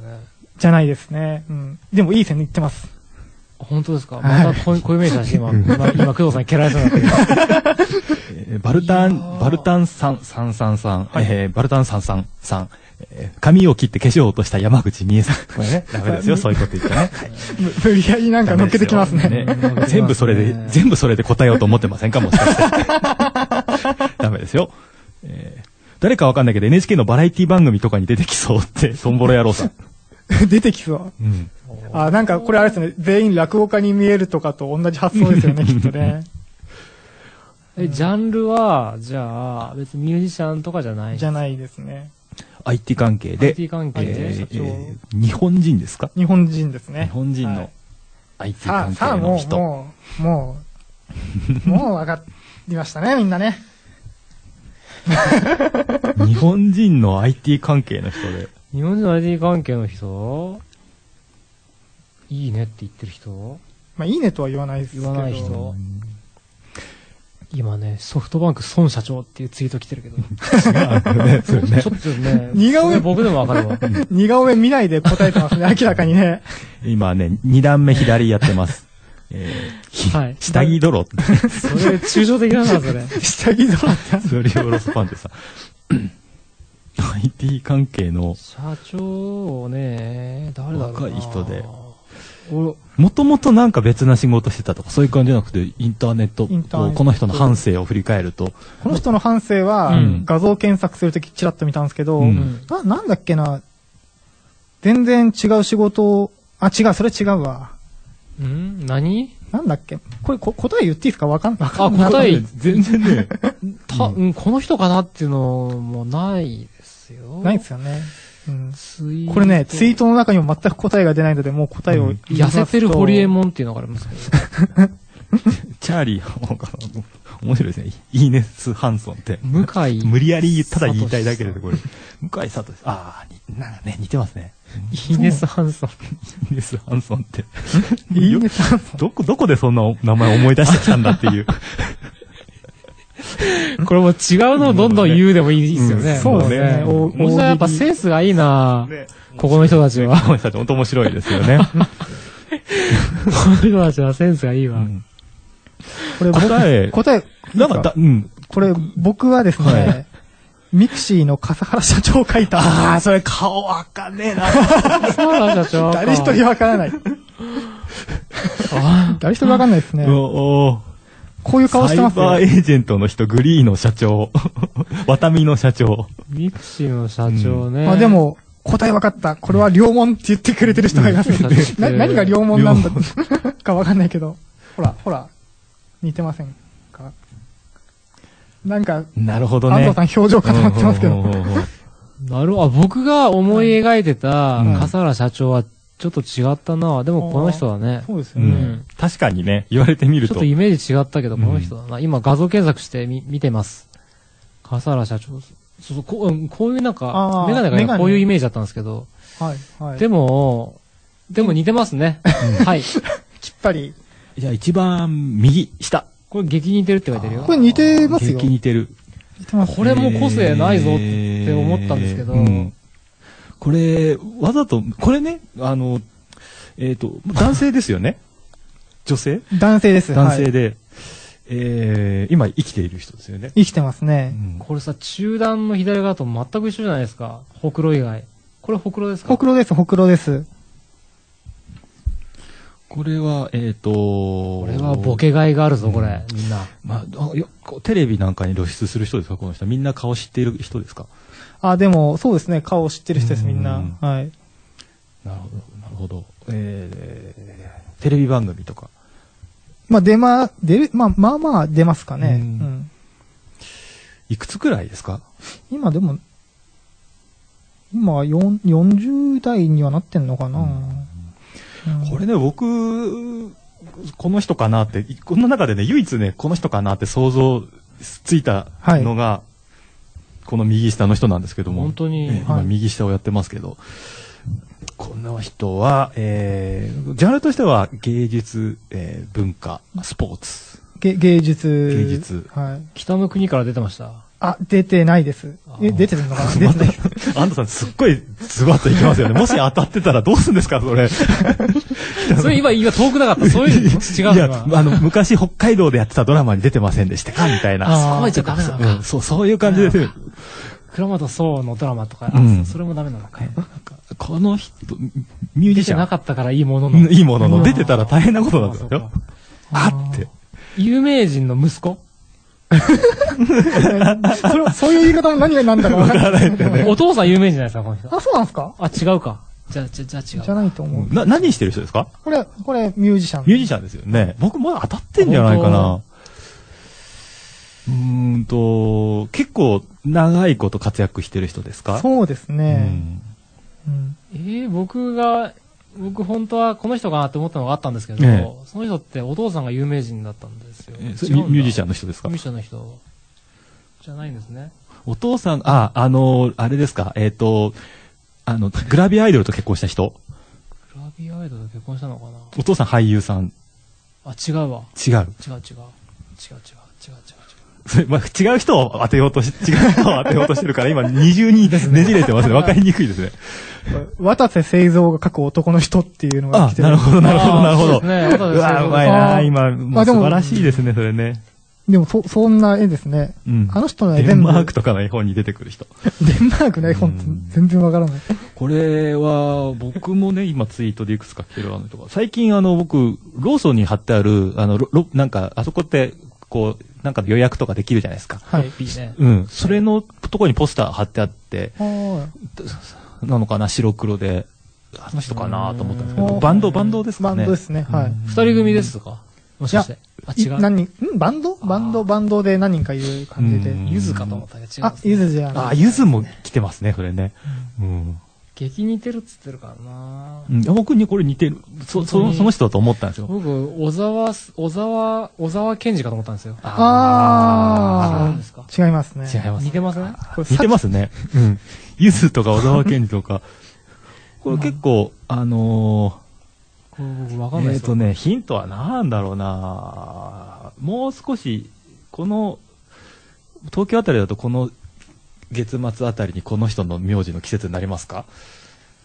Speaker 3: じゃないですね。うん。でもいい線いってます。
Speaker 1: 本当ですか
Speaker 3: はい
Speaker 1: またこういうこういう目にしたし、今、今、今工藤さん蹴られそうになってる。
Speaker 2: えーバルタン、バルタンさん、さんさんさん、えーバルタンさんさんさん、えー髪を切って化粧を落とした山口美恵さん。 これね、ダメですよ、そういうこと言 ってね。
Speaker 3: む無理やりなんか乗っけてきますね。
Speaker 2: ダメですよね 全部それで、全部それで答えようと思ってませんかもしか して。ダメですよ。えー誰かわかんないけど NHK のバラエティ番組とかに出てきそう って、トンボロ野郎さん。
Speaker 3: 出てきそう。
Speaker 2: うん。
Speaker 3: あ、なんかこれあれですね、全員落語家に見えるとかと同じ発想で すよね、きっとね。
Speaker 1: え、ジャンルは、じゃあ、別にミュージシャンとかじゃない。
Speaker 3: じゃないですね。
Speaker 2: IT 関係で、
Speaker 1: IT 関係
Speaker 2: えー
Speaker 1: で。
Speaker 3: 社長
Speaker 2: えー日本人ですか
Speaker 3: 日本人ですね。
Speaker 2: 日本人
Speaker 3: は
Speaker 2: の
Speaker 3: い
Speaker 2: IT
Speaker 3: さあ、
Speaker 2: 関係
Speaker 3: さ
Speaker 2: の
Speaker 3: あ、もう、
Speaker 2: 人。
Speaker 3: もう、もう、もう分かりましたね、みんなね。
Speaker 2: 日本人の IT 関係の人で。
Speaker 1: 日本人の IT 関係の人いいねって言ってる人
Speaker 3: まあ、いいねとは言わないですけど。
Speaker 1: 言わない人今ね、ソフトバンク孫社長っていうツイート来てるけど。
Speaker 2: そうね
Speaker 1: ちょっとね、
Speaker 3: 似顔絵
Speaker 1: それ僕でもわかるわ。
Speaker 3: 似顔絵見ないで答えてますね、 明らかにね。
Speaker 2: 今ね、二段目左やってます。えーひ
Speaker 1: はい
Speaker 2: 下着 泥。
Speaker 1: それ、抽象的だな、それ。
Speaker 3: 下着だった。
Speaker 2: それをロスパンチさん。 IT 関係の、
Speaker 1: 社長をね、誰だろうな。
Speaker 2: 若い人で
Speaker 1: お。
Speaker 2: もともとなんか別な仕事してたとか、そういう感じじゃなくて、インターネット、
Speaker 3: インターネット
Speaker 2: この人の半生を振り返ると、
Speaker 3: この人の反省
Speaker 2: う
Speaker 3: は
Speaker 2: ん、
Speaker 3: 画像検索するときチラッと見たんですけど、
Speaker 2: うん
Speaker 3: な、なんだっけな、全然違う仕事を、あ、違う、それ違うわ。
Speaker 1: うん何
Speaker 3: なんだっけこれ、こ答え言っていいですかわかんわか
Speaker 1: あ、
Speaker 3: んない。
Speaker 1: 答え、
Speaker 2: 全然ね、
Speaker 1: た、
Speaker 2: うん
Speaker 1: うん、この人かなっていうのもないですよ。
Speaker 3: ないですよね。うん。
Speaker 1: ツイート
Speaker 3: これね、ツイートの中にも全く答えが出ないので、もう答えを言いますと、
Speaker 1: 痩せてるホリエモンっていうのがありますけど。
Speaker 2: チャーリーなんか、面白いですね。イーネス・ハンソンって。
Speaker 1: 向井。
Speaker 2: 無理やり、ただ言いたいだけで、これ。向井聡ああ、になんかね、似てますね。
Speaker 1: イネス・ハンソン。
Speaker 2: イーネス・ハンソン って。
Speaker 3: いいね。
Speaker 2: どこ、どこでそんな名前思い出してきたんだって いう。
Speaker 1: これもう違うのをどんどん言うでもいいですよね。
Speaker 2: うんそうね
Speaker 1: も
Speaker 2: うん
Speaker 1: みんなやっぱセンスがいいなここの人たちは。こ
Speaker 2: 本当面白いですよね。
Speaker 1: の人たちはセンスがいいうわ。
Speaker 2: ん
Speaker 3: これ僕
Speaker 2: 答え
Speaker 3: 答え、
Speaker 2: なんかだ、うん。
Speaker 3: これ僕はですね、
Speaker 2: はい
Speaker 3: ミクシーの笠原社長を書いた。
Speaker 2: ああ、それ顔わかんねえな。
Speaker 1: そうなん社長。
Speaker 3: 誰一人わからない。
Speaker 1: あ
Speaker 3: 誰一人わかんないですね。
Speaker 2: おお。
Speaker 3: こういう顔してます
Speaker 2: サイバーエ
Speaker 3: ね。
Speaker 2: ージェントの人、グリーの社 長。ワタミの社長。
Speaker 1: ミクシーの社長ね。
Speaker 3: まあで、も、答えわかった。これは両門って言ってくれてる人がいます
Speaker 1: うんうん
Speaker 3: な何が両門なんだかわかんないけど。ほら、ほら、似てませんかなんか、
Speaker 2: なるほどね。
Speaker 3: 安藤さん表情固まってますけ
Speaker 2: お
Speaker 3: ど。
Speaker 2: ーおーおーおー
Speaker 1: なるほど。あ僕が思い描いてた
Speaker 2: うん
Speaker 1: 笠原社長はちょっと違ったな。でもこの人だね。
Speaker 3: そうです
Speaker 2: う
Speaker 3: よね。
Speaker 2: ん確かにね、言われてみる
Speaker 1: ちょっ
Speaker 2: と
Speaker 1: と。イメージ違ったけど、この人だな。今画像検索してみ見てます。笠原社長。そうそう、こううんこういうなんか
Speaker 3: あ、ー
Speaker 1: メガネが
Speaker 3: メ
Speaker 1: ね
Speaker 3: ガネ
Speaker 1: こういうイメージだったんですけど。
Speaker 3: はい、はい。
Speaker 1: で
Speaker 3: でも、
Speaker 1: も、でも似てますね。はい。
Speaker 3: きっぱり。
Speaker 2: じゃあ一番右下。
Speaker 1: これ激似てるって書いてるよ
Speaker 3: こ。れ似てますよ。
Speaker 2: 激
Speaker 3: 似
Speaker 2: 似てる。
Speaker 3: てます。
Speaker 1: これも個性ないぞって思ったんですけど
Speaker 2: えーうんこれ、わざと、これね、あの、えっ、と、男性ですよ ね女性
Speaker 3: 男性です。
Speaker 2: 男性
Speaker 3: はい。
Speaker 2: で、えー今生きている人ですよね。
Speaker 3: 生きてますね。
Speaker 2: うん
Speaker 1: これさ、中段の左側と全く一緒じゃないですか。ほくろ以外。これほくろですか
Speaker 3: ほくろです、ほくろです。
Speaker 2: これは、えっ、と、
Speaker 1: こ
Speaker 2: こ
Speaker 1: れはボ。ケがいがあるぞ、これ。みんな。
Speaker 2: まああ、よこうテレビなんかに露出する人ですかこの人。みんな顔知っている人ですか
Speaker 3: あ、でも、そうですね。顔を知ってる人です、みんな
Speaker 2: うん。
Speaker 3: はい。
Speaker 2: なるほど、なるほど。えーテレビ番組とか。
Speaker 3: まあ、出ま、出る、まあ、まあまあ出ますか
Speaker 2: う
Speaker 3: ね。うんん。
Speaker 2: いくつくらいですか
Speaker 3: 今でも、今、よん40代にはなってんのかな、うん
Speaker 2: これね、僕、この人かなって、この中でね、唯一ね、この人かなって想像ついたのが、この右下の人なんですけども。
Speaker 1: 本当に
Speaker 2: ええ今
Speaker 3: はい
Speaker 2: 右下をやってますけど、この人は、えー、ジャンルとしては芸術、えー、文化、スポーツ。
Speaker 3: げ芸術。
Speaker 2: 芸術
Speaker 3: はい。
Speaker 1: 北の国から出てま した。
Speaker 3: あ、出てないです
Speaker 1: あ。
Speaker 3: え、
Speaker 1: ー
Speaker 3: 出てるのかな出てない。
Speaker 2: 安藤さん、すっごいズバッといきますよ ね。もし当たってたらどうするんですか、それ。
Speaker 1: それ今、今遠くなかった。そういうの違
Speaker 2: いうや、
Speaker 1: の
Speaker 2: あの、昔北海道でやってたドラマに出てませんでしたかみたいな。
Speaker 1: あそこはじゃダメなの
Speaker 2: うん
Speaker 1: か。
Speaker 2: そう、そういう感じですよ。
Speaker 1: 倉本壮のドラマとか、あ
Speaker 2: うん
Speaker 1: それもダメなのか。
Speaker 2: この人、ミュージ
Speaker 1: 出
Speaker 2: シ
Speaker 1: て
Speaker 2: ャ
Speaker 1: な
Speaker 2: ン
Speaker 1: かったからいいもの
Speaker 2: う
Speaker 1: の
Speaker 2: ん。 いいもの
Speaker 1: う
Speaker 2: の、
Speaker 1: ん
Speaker 2: 出てたら大変なことなんです
Speaker 1: そうか
Speaker 2: よ。
Speaker 1: そうか
Speaker 2: あって。
Speaker 1: 有名人の息子
Speaker 3: それそういう言い方の何が何だか分からない。
Speaker 1: お父さん有名人じゃないですか、この人。
Speaker 3: あ、そうなんですか
Speaker 1: あ、違うか。じゃあ、じゃあ、じゃあ
Speaker 3: じ
Speaker 1: 違
Speaker 3: ゃ
Speaker 1: う。
Speaker 3: ないと思う。
Speaker 2: な、何してる人ですか
Speaker 3: これ、これ、ミュージシャン。
Speaker 2: ミュージシャンですよね。僕まだ当たってんじゃないかな
Speaker 1: 本。
Speaker 2: うーんと、結構長いこと活躍してる人ですかう
Speaker 3: そうですね。
Speaker 2: ん
Speaker 3: うん
Speaker 1: えー、僕が、僕本当はこの人かなって思ったのがあったんですけど、
Speaker 2: ええ
Speaker 1: その人ってお父さんが有名人だったんですよ。
Speaker 2: えそれミュミュージシャン
Speaker 1: で
Speaker 2: の人です
Speaker 1: す
Speaker 2: か
Speaker 1: ミュージシャンの人。じゃないんですね。
Speaker 2: お父さん、あ、あの、あれですか、えっ、と、あの、グラビアアイドルと結婚した人
Speaker 1: グラビアアイドルと結婚したのかな
Speaker 2: お父さん俳優さん、
Speaker 1: あ、違うわ。
Speaker 2: 違
Speaker 1: 違う違う。違う違う。違う
Speaker 2: う。
Speaker 1: 違う違う。
Speaker 2: そ れまあ、違う人を当てようとし、違う人を当てようとしてるから、今二重にねじれてます ね。わかりにくいですね。
Speaker 3: 渡瀬製造が書く男の人っていうのが
Speaker 2: あ
Speaker 3: 来、てる。
Speaker 2: なるほど、なるほど、なるほど。
Speaker 1: あーそうですね
Speaker 2: うわ、うまい
Speaker 3: あ
Speaker 2: な、
Speaker 3: ー
Speaker 2: 今、も
Speaker 3: あ
Speaker 2: う
Speaker 3: で
Speaker 2: 素
Speaker 3: も
Speaker 2: 晴らしいですね、それね。
Speaker 3: でも、そ、そんな絵ですね。
Speaker 2: うん
Speaker 3: あの人の絵
Speaker 2: デ
Speaker 3: 全
Speaker 2: ン
Speaker 3: 部。
Speaker 2: マークとかの絵本に出てくる人。
Speaker 3: デンマークの絵本って
Speaker 2: うん
Speaker 3: 全然わからない。
Speaker 2: これは、僕もね、今ツイートでいくつか来てるあのとか、最近あの、僕、ローソンに貼ってある、あの、ロロなんか、あそこって、こう、なんかの予約とかできるじゃないですか。
Speaker 3: はい。
Speaker 1: いいね。
Speaker 2: うん。それのとこにポスター貼ってあって、
Speaker 3: は
Speaker 2: なのかな、白黒で、あの人かなと思ったんですけ
Speaker 3: う
Speaker 2: ど、
Speaker 3: ん
Speaker 2: バンド、バンドです
Speaker 3: バ
Speaker 2: かね。
Speaker 3: ンドですね。はい。
Speaker 1: 二人組ですとかもしかして。あ、違。
Speaker 3: いう何人、んバンドバンド、バンドで何人かいる感じで
Speaker 2: う。ん
Speaker 1: ゆずかと思ったけど違うん
Speaker 3: あ
Speaker 1: で、すね
Speaker 3: ゆずじゃ
Speaker 2: あ
Speaker 3: な
Speaker 2: あ、
Speaker 3: い。
Speaker 2: ゆずも来てますね、それね。うん。
Speaker 1: 激似てるっつってるからな
Speaker 2: うん、僕にこれ似てる。そ、
Speaker 1: 本当
Speaker 2: その、
Speaker 1: に
Speaker 2: その人だと思ったんですよ。
Speaker 1: 僕、小沢す、小沢、小沢健二かと思ったんですよ。
Speaker 3: あー
Speaker 1: 違うんですか
Speaker 3: 違いますね。
Speaker 2: 違います
Speaker 1: 似。てません
Speaker 3: これ
Speaker 2: 似て
Speaker 3: さ
Speaker 2: ますね。うん。ゆずとか小沢健二とか。これ結構、あの
Speaker 1: これ僕わ
Speaker 2: ー
Speaker 1: かんない
Speaker 2: え
Speaker 1: で
Speaker 2: っ
Speaker 1: すよ
Speaker 2: と。ね、ヒントは何だろうなもう少し、この、東京あたりだとこの月末あたりにこの人の名字の季節になりますか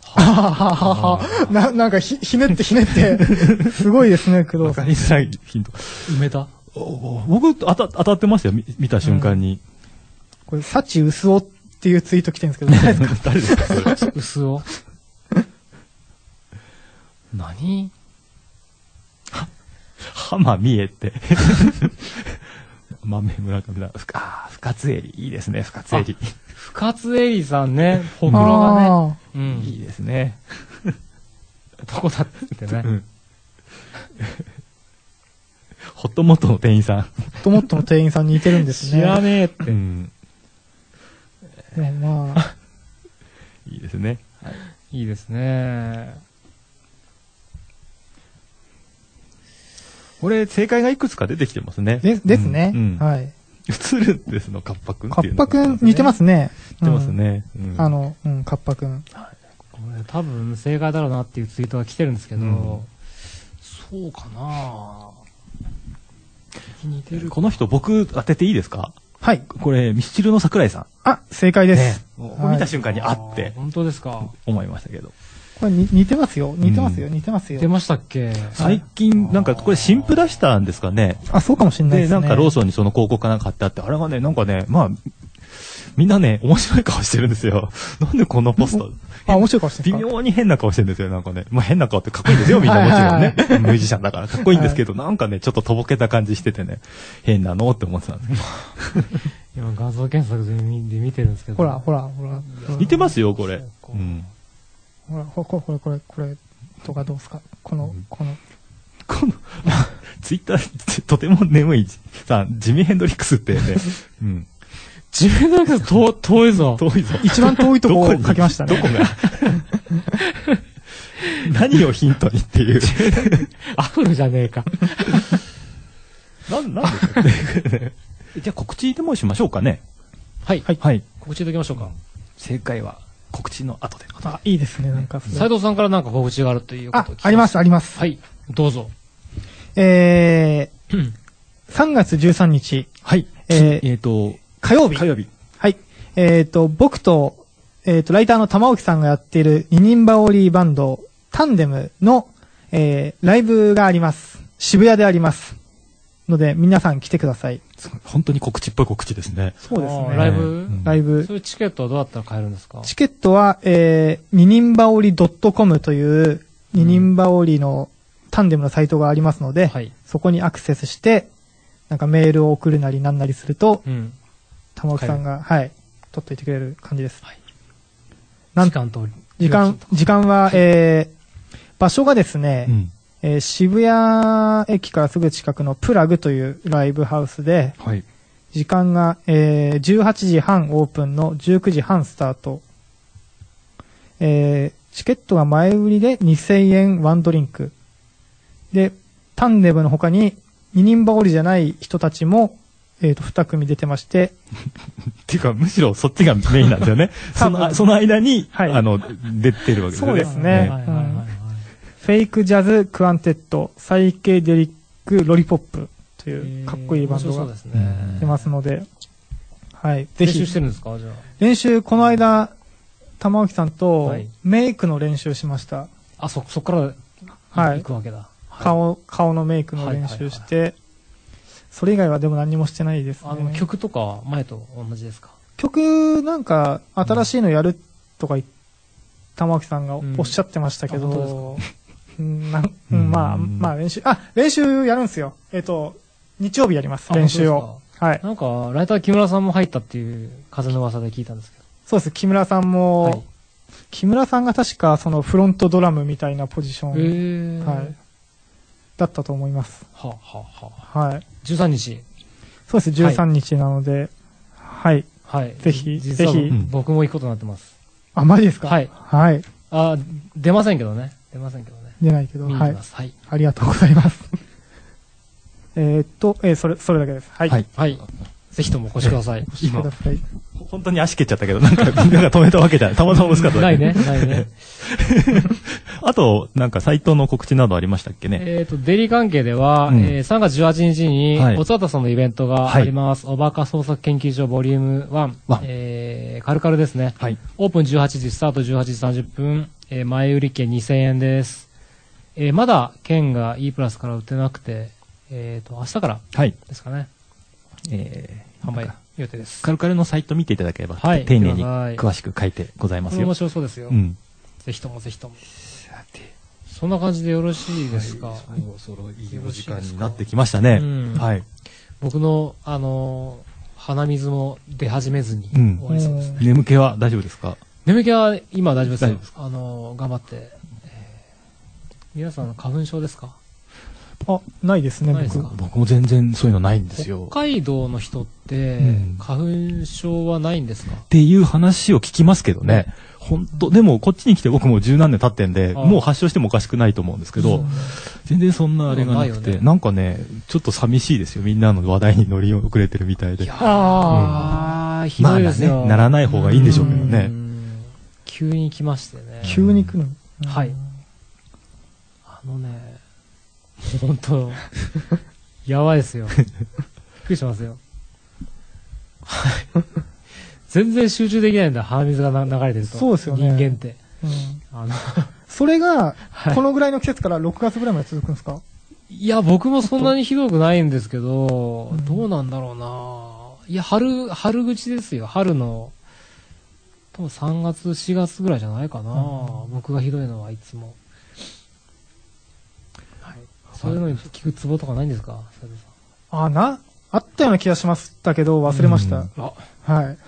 Speaker 3: ははははな、なんかひ、ひねってひねって、すごいですね、工
Speaker 2: わか
Speaker 3: 藤さん。
Speaker 2: りづらいヒント。
Speaker 1: 梅田
Speaker 2: おお僕当た、当たってましたよ、み見た瞬間に。
Speaker 3: これ、サチウスオっていうツイート来てるんですけど、誰ですか
Speaker 2: 誰ですか、それ。
Speaker 1: 薄 尾。何
Speaker 2: 浜見えって。 豆村上だ。ふか、ああ、深津絵里。いいですね、深津絵里。
Speaker 1: 深津絵里さんね、ほくろがね。
Speaker 3: あ
Speaker 1: う
Speaker 2: いい
Speaker 1: ん。
Speaker 2: ですね。
Speaker 1: どこだってね
Speaker 2: う。ん。 ホットモットの店員さん。
Speaker 3: あ、ともっとの店員さんに似てるんですね。
Speaker 1: 知らねえって。
Speaker 2: うん。
Speaker 3: でもまあ、
Speaker 2: いいですね。
Speaker 1: いいですね。
Speaker 2: これ、正解がいくつか出てきてますね。
Speaker 3: でですね
Speaker 2: うん。。うん
Speaker 3: はい。
Speaker 2: 映るんですの、カッパくんっ
Speaker 3: カ
Speaker 2: ていう
Speaker 3: ッ
Speaker 2: の
Speaker 3: パ
Speaker 2: が
Speaker 3: く
Speaker 2: あり
Speaker 3: ん似てますすね。
Speaker 2: ね。似てますね。う
Speaker 3: うんん。あ、の、うん、カッパくん。
Speaker 1: これ多分正解だろうなっていうツイートが来てるんですけど、
Speaker 2: うん
Speaker 1: そうかな似てる
Speaker 2: この人、僕当てていいですか
Speaker 3: はい。
Speaker 2: これ、ミスチルの桜井さん。
Speaker 3: あ、正解です。
Speaker 2: もう
Speaker 3: はい
Speaker 2: 見た瞬間にあって
Speaker 1: 本当ですか
Speaker 2: 思いましたけど。
Speaker 3: これに似てますよ。似てますよ。
Speaker 2: うん
Speaker 3: 似てますよ
Speaker 1: 出。ましたっけ
Speaker 2: 最近、なんかこれ新譜出したんですかね。
Speaker 3: あ、そうかもしれないで
Speaker 2: で、
Speaker 3: すね。
Speaker 2: なんかローソンにその広告かなんか貼ってあって、あれがね、なんかね、まあ、みんなね、面白い顔してるんですよ。 なんでこんなポスター、
Speaker 3: あ、面白いかもしれ
Speaker 2: 微
Speaker 3: ないですか。
Speaker 2: 妙に変な顔してるんですよ、なんかね。まあ変な顔ってかっこいいんですよ、みんなもちろんね。ミュージシャンだからかっこいいんですけど、なんかね、ちょっととぼけた感じしててね、変なのって思ってたんですけど。
Speaker 1: 今画像検索で見で見てるんですけど
Speaker 3: ほら、ほら、ほら。ほら
Speaker 2: 似てますよ、これ。
Speaker 1: そううか
Speaker 2: ん。
Speaker 3: ほら、ほこれ、これ、これ、とかどうですかこの、この。
Speaker 2: この、 ツイッター、とても眠い、さ、ジミーヘンドリックスって ね、うん。
Speaker 1: 自分だけど 遠遠いぞ
Speaker 2: 遠いぞ。
Speaker 3: 一番遠いとこ
Speaker 2: ど
Speaker 3: を
Speaker 2: に
Speaker 3: 書きましたね。
Speaker 2: ど こが何をヒントにって いう。
Speaker 1: アフロじゃねえか
Speaker 2: なん、なんですか じゃあ告知でもしましょうかね。
Speaker 1: はい、
Speaker 3: はい
Speaker 2: はい。
Speaker 1: 告知いただきましょうか、
Speaker 2: 正解は告知の後で。
Speaker 3: あ、いいですね、なんか。
Speaker 1: 斉藤さんからなんか告知があるというこ
Speaker 3: あ
Speaker 1: とを聞き、
Speaker 3: あります、あります。
Speaker 1: はいどうぞ
Speaker 3: え
Speaker 1: うん
Speaker 3: ー、3月13日、
Speaker 2: はい。
Speaker 3: えー
Speaker 2: えっ、と、
Speaker 3: 火曜日。
Speaker 2: 火曜日。
Speaker 3: はい。えっ、と、僕と、えっ、と、ライターの玉置さんがやっている二人羽織バンド、タンデムの、えー、ライブがあります。渋谷であります。ので、皆さん来てください。
Speaker 2: すごい本当に告知っぽい告知ですね。
Speaker 3: そうです
Speaker 1: あー
Speaker 3: ね。
Speaker 1: ライブ
Speaker 2: うん
Speaker 3: ライブ
Speaker 1: そういうチケットはどうやったら買えるんですか
Speaker 3: チケットは、えー、二人羽織 .com という、二人羽織のタンデムのサイトがありますので、
Speaker 1: はい
Speaker 3: そこにアクセスして、なんかメールを送るなりなんなりすると、
Speaker 1: うん
Speaker 3: 玉置さんが、はい、取っといてくれる感じです。
Speaker 1: はい
Speaker 3: なん
Speaker 1: 時間と
Speaker 3: 時
Speaker 1: 料
Speaker 3: 間
Speaker 1: 金と、
Speaker 3: 時間は、えー、場所がですね、
Speaker 2: うん。
Speaker 3: えー渋谷駅からすぐ近くのプラグというライブハウスで、
Speaker 2: はい。
Speaker 3: 時間が、えー、18時半オープンの19時半スタート。えー、チケットが前売りで2000円ワンドリンク。で、タンデブの他に二人羽織じゃない人たちも、えっ、と、二組出てまして、
Speaker 2: っていうか、むしろそっちがメインなんですよ ね。その、あその間に、
Speaker 3: はい
Speaker 2: あの、出てるわけですよね。
Speaker 3: そうですね
Speaker 1: はいはいはいはい
Speaker 3: フェイクジャズクワンテッド、サイケデリックロリポップというかっこいいバンド
Speaker 1: 面白そう
Speaker 3: が
Speaker 1: ですね
Speaker 3: 出ますので、はい、ぜ
Speaker 1: 練習
Speaker 3: ひ
Speaker 1: してるんですかじゃ
Speaker 3: 練習この間玉置さんと
Speaker 1: はい
Speaker 3: メイクの練習しました、
Speaker 1: ああそそっから
Speaker 3: はい
Speaker 1: 行くわけだ、はい
Speaker 3: 顔顔のメイクの練習して、それ以外はでも何にもしてないですね。
Speaker 1: あの、曲とかは前と同じですか
Speaker 3: 曲なんか新しいのやるとか言っ玉置さんがおっしゃってましたけ
Speaker 1: うんあ
Speaker 3: ど、
Speaker 1: 本
Speaker 3: うんなんうんまあ、
Speaker 2: うん
Speaker 3: まあ練習、あ、練習やるんですよ。えっ、と、日曜日やります、
Speaker 1: あ
Speaker 3: 練習を
Speaker 1: 本。
Speaker 3: はい。
Speaker 1: なんか、ライター木村さんも入ったっていう風の噂で聞いたんですけ
Speaker 3: そうです、木村さん
Speaker 1: ど。
Speaker 3: も、
Speaker 1: はい。
Speaker 3: 木村さんが確かそのフロントドラムみたいなポジショ
Speaker 1: えー
Speaker 3: ン、はい、だったと思います。
Speaker 1: はあはあはあ
Speaker 3: はい。
Speaker 1: 13日。
Speaker 3: そうです、
Speaker 1: はい
Speaker 3: 13日なので、はい。
Speaker 1: はい。
Speaker 3: ぜひ
Speaker 1: 実は
Speaker 3: ぜひ
Speaker 1: 僕も行くことになってます。
Speaker 3: あ、マジですか
Speaker 1: はい
Speaker 3: はい。
Speaker 1: あ、出ませんけどね。出ませんけどね。
Speaker 3: 出ないけど、
Speaker 1: 見に
Speaker 3: は
Speaker 1: 行
Speaker 3: い
Speaker 1: きま。す。はい。
Speaker 3: ありがとうございます。 えーっと、えーそれ、それだけです。はい。
Speaker 2: はい。
Speaker 1: はい。ぜひともお越しください。
Speaker 3: く
Speaker 2: 今
Speaker 3: だ、さい。
Speaker 2: 本当に足蹴っちゃったけど、なんかみんなが止めたわ けじゃない。たまたま難かっただ
Speaker 1: な
Speaker 2: け
Speaker 1: いね。。ないね。
Speaker 2: あと、なんかサイトの告知などありましたっけね。
Speaker 1: えっと、デリ関係では、
Speaker 2: うん
Speaker 1: えー3月18日に
Speaker 2: は、い
Speaker 1: おつわたさんのイベントがあります。おばか創作研究所ボリューム1
Speaker 2: ワン、
Speaker 1: えー、カルカルですね。
Speaker 2: はい。
Speaker 1: オープン18時、スタート18時30分、えー前売り券2000円です。えーまだ券が E プラスから売ってなくて、えっ、と、明日から
Speaker 2: はい。
Speaker 1: ですかね、
Speaker 2: えー
Speaker 1: 販売予定です。
Speaker 2: カルカルのサイト見ていただければ、
Speaker 1: はい
Speaker 2: 丁寧に
Speaker 1: はい
Speaker 2: 詳しく書いてございま
Speaker 1: こ
Speaker 2: す
Speaker 1: れ面
Speaker 2: よ。
Speaker 1: 白そうですよ。
Speaker 2: うん。
Speaker 1: ぜひともぜひとも。そんな感じでよろしいですか、
Speaker 2: そろそろい
Speaker 1: いお時間に
Speaker 2: な
Speaker 1: な
Speaker 2: っ
Speaker 1: ってて
Speaker 2: き
Speaker 1: き
Speaker 2: ましたね。
Speaker 1: うん
Speaker 2: はい。
Speaker 1: 僕の、あのー鼻水も出始めずに
Speaker 2: うん
Speaker 1: 終わりそうですね。
Speaker 2: 眠気は大丈夫ですか
Speaker 1: 眠気は今大丈夫です
Speaker 2: 大丈
Speaker 1: よ
Speaker 2: 夫です。
Speaker 1: あのー頑張って。えー皆さん花粉症ですか
Speaker 3: あ、ないですね、
Speaker 1: ないです
Speaker 3: 僕
Speaker 1: か。
Speaker 2: 僕も全然そういうのないんですよ。
Speaker 1: 北
Speaker 2: っ
Speaker 1: 海道の人って
Speaker 2: うん
Speaker 1: 花粉症はないんですか、
Speaker 2: ていう話を聞きますけどね。本当でもこっちに来て僕も十何年経ってんで、
Speaker 1: ああ
Speaker 2: もう発症してもおかしくないと思うんですけど、全然そんなあれがなく
Speaker 1: ない
Speaker 2: て、
Speaker 1: よね
Speaker 2: なんかね、ちょっと寂しいですよ。みんなの話題に乗り遅れてるみたいで。
Speaker 1: ああ、ひ
Speaker 2: ま
Speaker 1: ど
Speaker 2: あ
Speaker 1: いですよ、
Speaker 2: ね、ならない方がいいんでしょうけどね
Speaker 1: う。ん急に来ましてね。
Speaker 3: 急に来るの。
Speaker 1: はい。あのね、本当やばいですよ。びっくりしますよ。はい全然集中できないんだ、鼻水がな流れてると。
Speaker 3: そうですよね
Speaker 1: 人間って。
Speaker 3: うん
Speaker 1: あの、
Speaker 3: それが、
Speaker 1: はい
Speaker 3: このぐらいの季節から6月ぐらいまで続くんですか
Speaker 1: いや、僕もそんなにひどくないんですけど、
Speaker 3: うん
Speaker 1: どうなんだろうな。いや、春、春口ですよ。春の、多分3月、4月ぐらいじゃないかな。
Speaker 3: う
Speaker 1: 僕がひどいのはいつも。はい。そういうのに聞くツボとかないんですか斉藤
Speaker 3: あ、な、あったような気がしましたけど、忘れまし
Speaker 2: う
Speaker 3: た
Speaker 2: ん。
Speaker 1: さんあ、
Speaker 3: はい。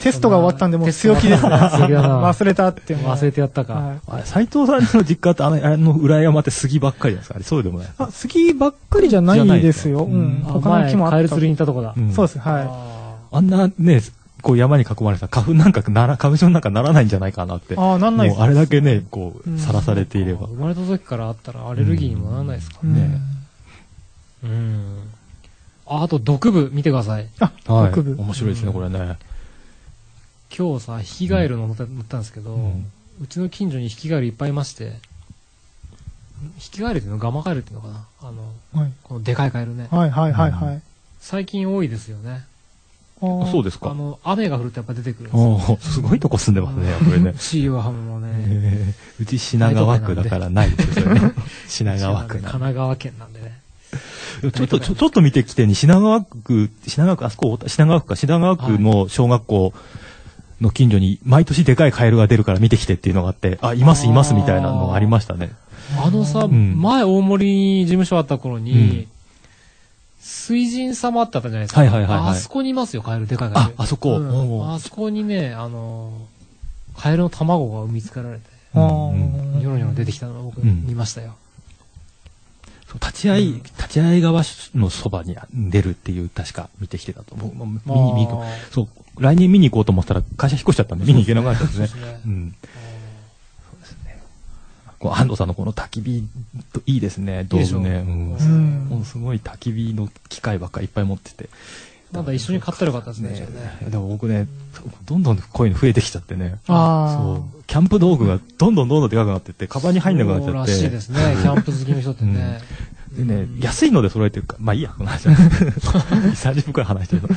Speaker 3: テストが終わったんで、もう
Speaker 1: テスト
Speaker 3: 強
Speaker 1: が
Speaker 3: 気ですね。
Speaker 1: 強 気だな
Speaker 3: 忘れたっていうのは
Speaker 1: 忘れてやったか。
Speaker 3: はい
Speaker 2: あれ斉藤さんの実家ってあの、 あの裏山って杉ばっかりじゃないですか。あれそうでもない。
Speaker 3: あ、杉ばっかりじゃないですよ。う
Speaker 2: じゃないです
Speaker 3: ん。
Speaker 2: か
Speaker 1: あ
Speaker 3: 他の木も
Speaker 1: 前
Speaker 3: あった。
Speaker 1: カエル釣りに行ったとこだ。
Speaker 2: うん
Speaker 3: そうです、は
Speaker 1: あ
Speaker 2: あんなね、こう山に囲まれた花粉なんかなら、花粉症なんかならないんじゃないかなって。
Speaker 3: い。ああ、なんないで
Speaker 2: も
Speaker 3: す
Speaker 2: うあれだけね、こ
Speaker 3: う
Speaker 2: う、
Speaker 3: ん
Speaker 2: さらされ
Speaker 1: ー
Speaker 2: ていれば
Speaker 1: 生。まれた時からあったらアレルギーにもならないですか
Speaker 3: うん
Speaker 2: ね
Speaker 1: うん。あ、あと毒部見てください。
Speaker 3: あ、
Speaker 2: はい。
Speaker 3: 北部。
Speaker 2: 面白いですね、これね。
Speaker 1: 今日さ、ヒキガエルの乗った乗ったんですけど、うちの近所にヒキガエルいっぱいいまして、んヒキガエルっていうのガマガエルっていうのかなあの、
Speaker 3: はい
Speaker 1: このでかいカエルね。
Speaker 3: はいはいはいはい。
Speaker 1: 最近多いですよね。
Speaker 3: ああ
Speaker 2: そうです
Speaker 1: あ
Speaker 2: か。
Speaker 1: の、雨が降るとやっぱ出てくるんですよ。
Speaker 2: おーすごいとこ住んでますね、これね。
Speaker 1: シーワハムもね、
Speaker 2: えーうち品川区だからないですよ、それね品川区
Speaker 1: 神
Speaker 2: な
Speaker 1: 奈川県なんでね。
Speaker 2: ちょっと、ちょちょっと見てきてに、品川区、品川区、あそこ、品川区か、品川区の小学校の近所に、毎年でかいカエルが出るから見てきてっていうのがあって、あ、います、います、みたいなのがありましたね。
Speaker 1: あのさ、
Speaker 2: うん
Speaker 1: 前大森に事務所あった頃に、
Speaker 2: うん
Speaker 1: 水神様ってあったじゃないですか。
Speaker 2: はいはいはいはい
Speaker 1: あそこにいますよ、カエル、でかいカエ
Speaker 2: あ
Speaker 1: ル、。
Speaker 2: あそこ。
Speaker 1: うん
Speaker 2: おー
Speaker 1: あそこにね、あのー、カエルの卵が見つかられて、
Speaker 3: あ
Speaker 2: う
Speaker 3: ー
Speaker 2: ん
Speaker 1: ニョロニョロ出てきたのを僕
Speaker 2: うん
Speaker 1: 見ましたよ。
Speaker 2: そう立ち会い、
Speaker 1: うん
Speaker 2: 立ち会い側のそばに出るっていう、確か見てきてたと。僕も見に、見に行こ
Speaker 1: まあ
Speaker 2: う。そう、来年見に行こうと思ったら、会社引っ越しちゃったんで、見に行けなくなったんですね。
Speaker 1: そうですね
Speaker 2: うん。こう安藤さんのこの焚き火、いいですね、道
Speaker 1: いいでし
Speaker 2: 具
Speaker 1: ょ
Speaker 2: ね。うん
Speaker 3: う。
Speaker 2: もうんすごい焚き火の機械ばっかりいっぱい持ってて。
Speaker 1: なんか一緒に買ったらよかったですね。
Speaker 2: ね
Speaker 1: じゃあね
Speaker 2: でも僕ね、どんどんこういうの増えてきちゃってね。
Speaker 3: あ
Speaker 2: そう。キャンプ道具がどんどんどんどんでかくなってって、カバンに入んなくなっち
Speaker 1: そう
Speaker 2: ゃっ
Speaker 1: ら
Speaker 2: て。
Speaker 1: しいですね、キャンプ好きの人ってね。
Speaker 2: でね、
Speaker 1: うん
Speaker 2: 安いので揃えてるから、まあいいや、この話 は。30分くらい話してるの。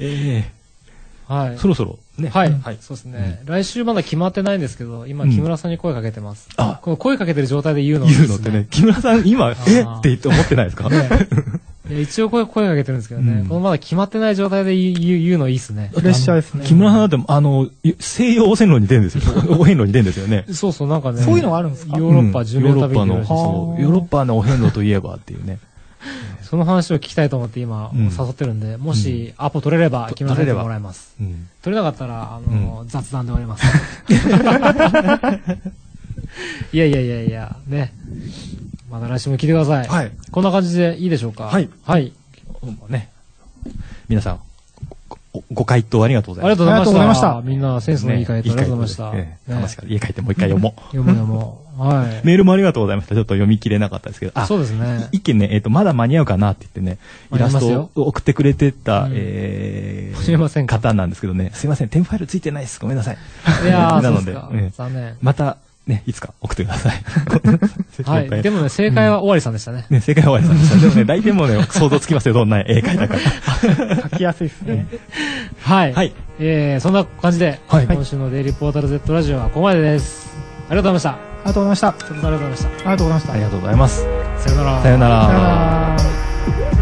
Speaker 2: え
Speaker 1: は
Speaker 2: え
Speaker 1: い。
Speaker 2: そろそろ、ね。
Speaker 1: はい、
Speaker 2: はい。
Speaker 1: そうですね、来週まだ決まってないんですけど、今、木村さんに声かけてます。
Speaker 2: あ、
Speaker 1: この声かけてる状態で言うのは
Speaker 2: 言うのってね、木村さん今、えって言って思ってないですか
Speaker 1: ねいや、一応声、声かけてるんですけどね。
Speaker 2: うん
Speaker 1: このまだ決まってない状態で言う言う言うのいいっすね。
Speaker 3: プレッシャーですね。
Speaker 2: 木村さんだって、あの、西洋汚染路に出るんですよ。 汚染路に出るんですよね。
Speaker 1: そうそう、なんかね。
Speaker 3: そういうのがあるんですか
Speaker 1: ヨーロッパ
Speaker 2: う
Speaker 1: 10
Speaker 2: んヨー
Speaker 1: 年
Speaker 2: ロ
Speaker 1: 旅
Speaker 2: ッ
Speaker 1: 行
Speaker 2: パ
Speaker 1: の話
Speaker 2: の、
Speaker 1: ですよ
Speaker 2: そうヨーロッパのお遍路といえばっていうね。
Speaker 1: その話を聞きたいと思って今、
Speaker 2: うん
Speaker 1: 誘ってるんで、もし、アポ取れれば、決めさせてもらいます。
Speaker 2: うん
Speaker 1: 取れなかったら、あの、雑談で終わります。 いやいやいやいや、ね。また来週も聞いてください。
Speaker 2: はい。
Speaker 1: こんな感じでいいでしょうか
Speaker 2: はい。
Speaker 1: はい。
Speaker 2: ね。皆さん、ごごご回答ありがとうご
Speaker 1: あ
Speaker 2: ざい
Speaker 1: り
Speaker 2: ま
Speaker 1: が
Speaker 2: す。
Speaker 1: とうございました。
Speaker 3: あ
Speaker 1: み
Speaker 3: りがとうございました
Speaker 1: んなセンスのいい回答、ありがとうございま
Speaker 2: ね
Speaker 1: した。ね
Speaker 2: 話から家帰ってもう一回読もう。
Speaker 1: 読む読もう。はい。
Speaker 2: メールもありがとうございました。ちょっと読み切れなかったですけど。あ
Speaker 1: そうですね。
Speaker 2: 一件ね、えっ、と、まだ間に合うかなって言ってね、イラス
Speaker 1: 間に合い
Speaker 2: ト
Speaker 1: ます
Speaker 2: を送ってくれてた、
Speaker 1: うん
Speaker 2: えー、
Speaker 1: すいません
Speaker 2: 方なんですけどね、すいません、テンファイルついてないです。ごめんなさい。
Speaker 1: いやー、 そうで
Speaker 2: なの
Speaker 1: す
Speaker 2: で
Speaker 1: か
Speaker 2: ええ。
Speaker 1: 残念。
Speaker 2: また、ね、いつか送ってください。
Speaker 1: はい。でもね、正解は尾張さんでしたね。
Speaker 2: ね、正解は終わりました。でもね、大体もうね、想像つきますよ、どんな絵描いたか。
Speaker 3: 書きやすいですね。
Speaker 1: はい。
Speaker 2: はい
Speaker 1: えー、そんな感じで、
Speaker 2: はい
Speaker 1: 今週のデイリーポータル Z ラジオはここまでです。ありがとうございま
Speaker 3: ありがとうございました。あ
Speaker 1: した。ちょっとありがとうございまし
Speaker 3: りがとうございました。
Speaker 2: ありがとうございます。
Speaker 1: た。さよなら。
Speaker 2: さよな
Speaker 3: さよ
Speaker 2: ら
Speaker 3: な。ら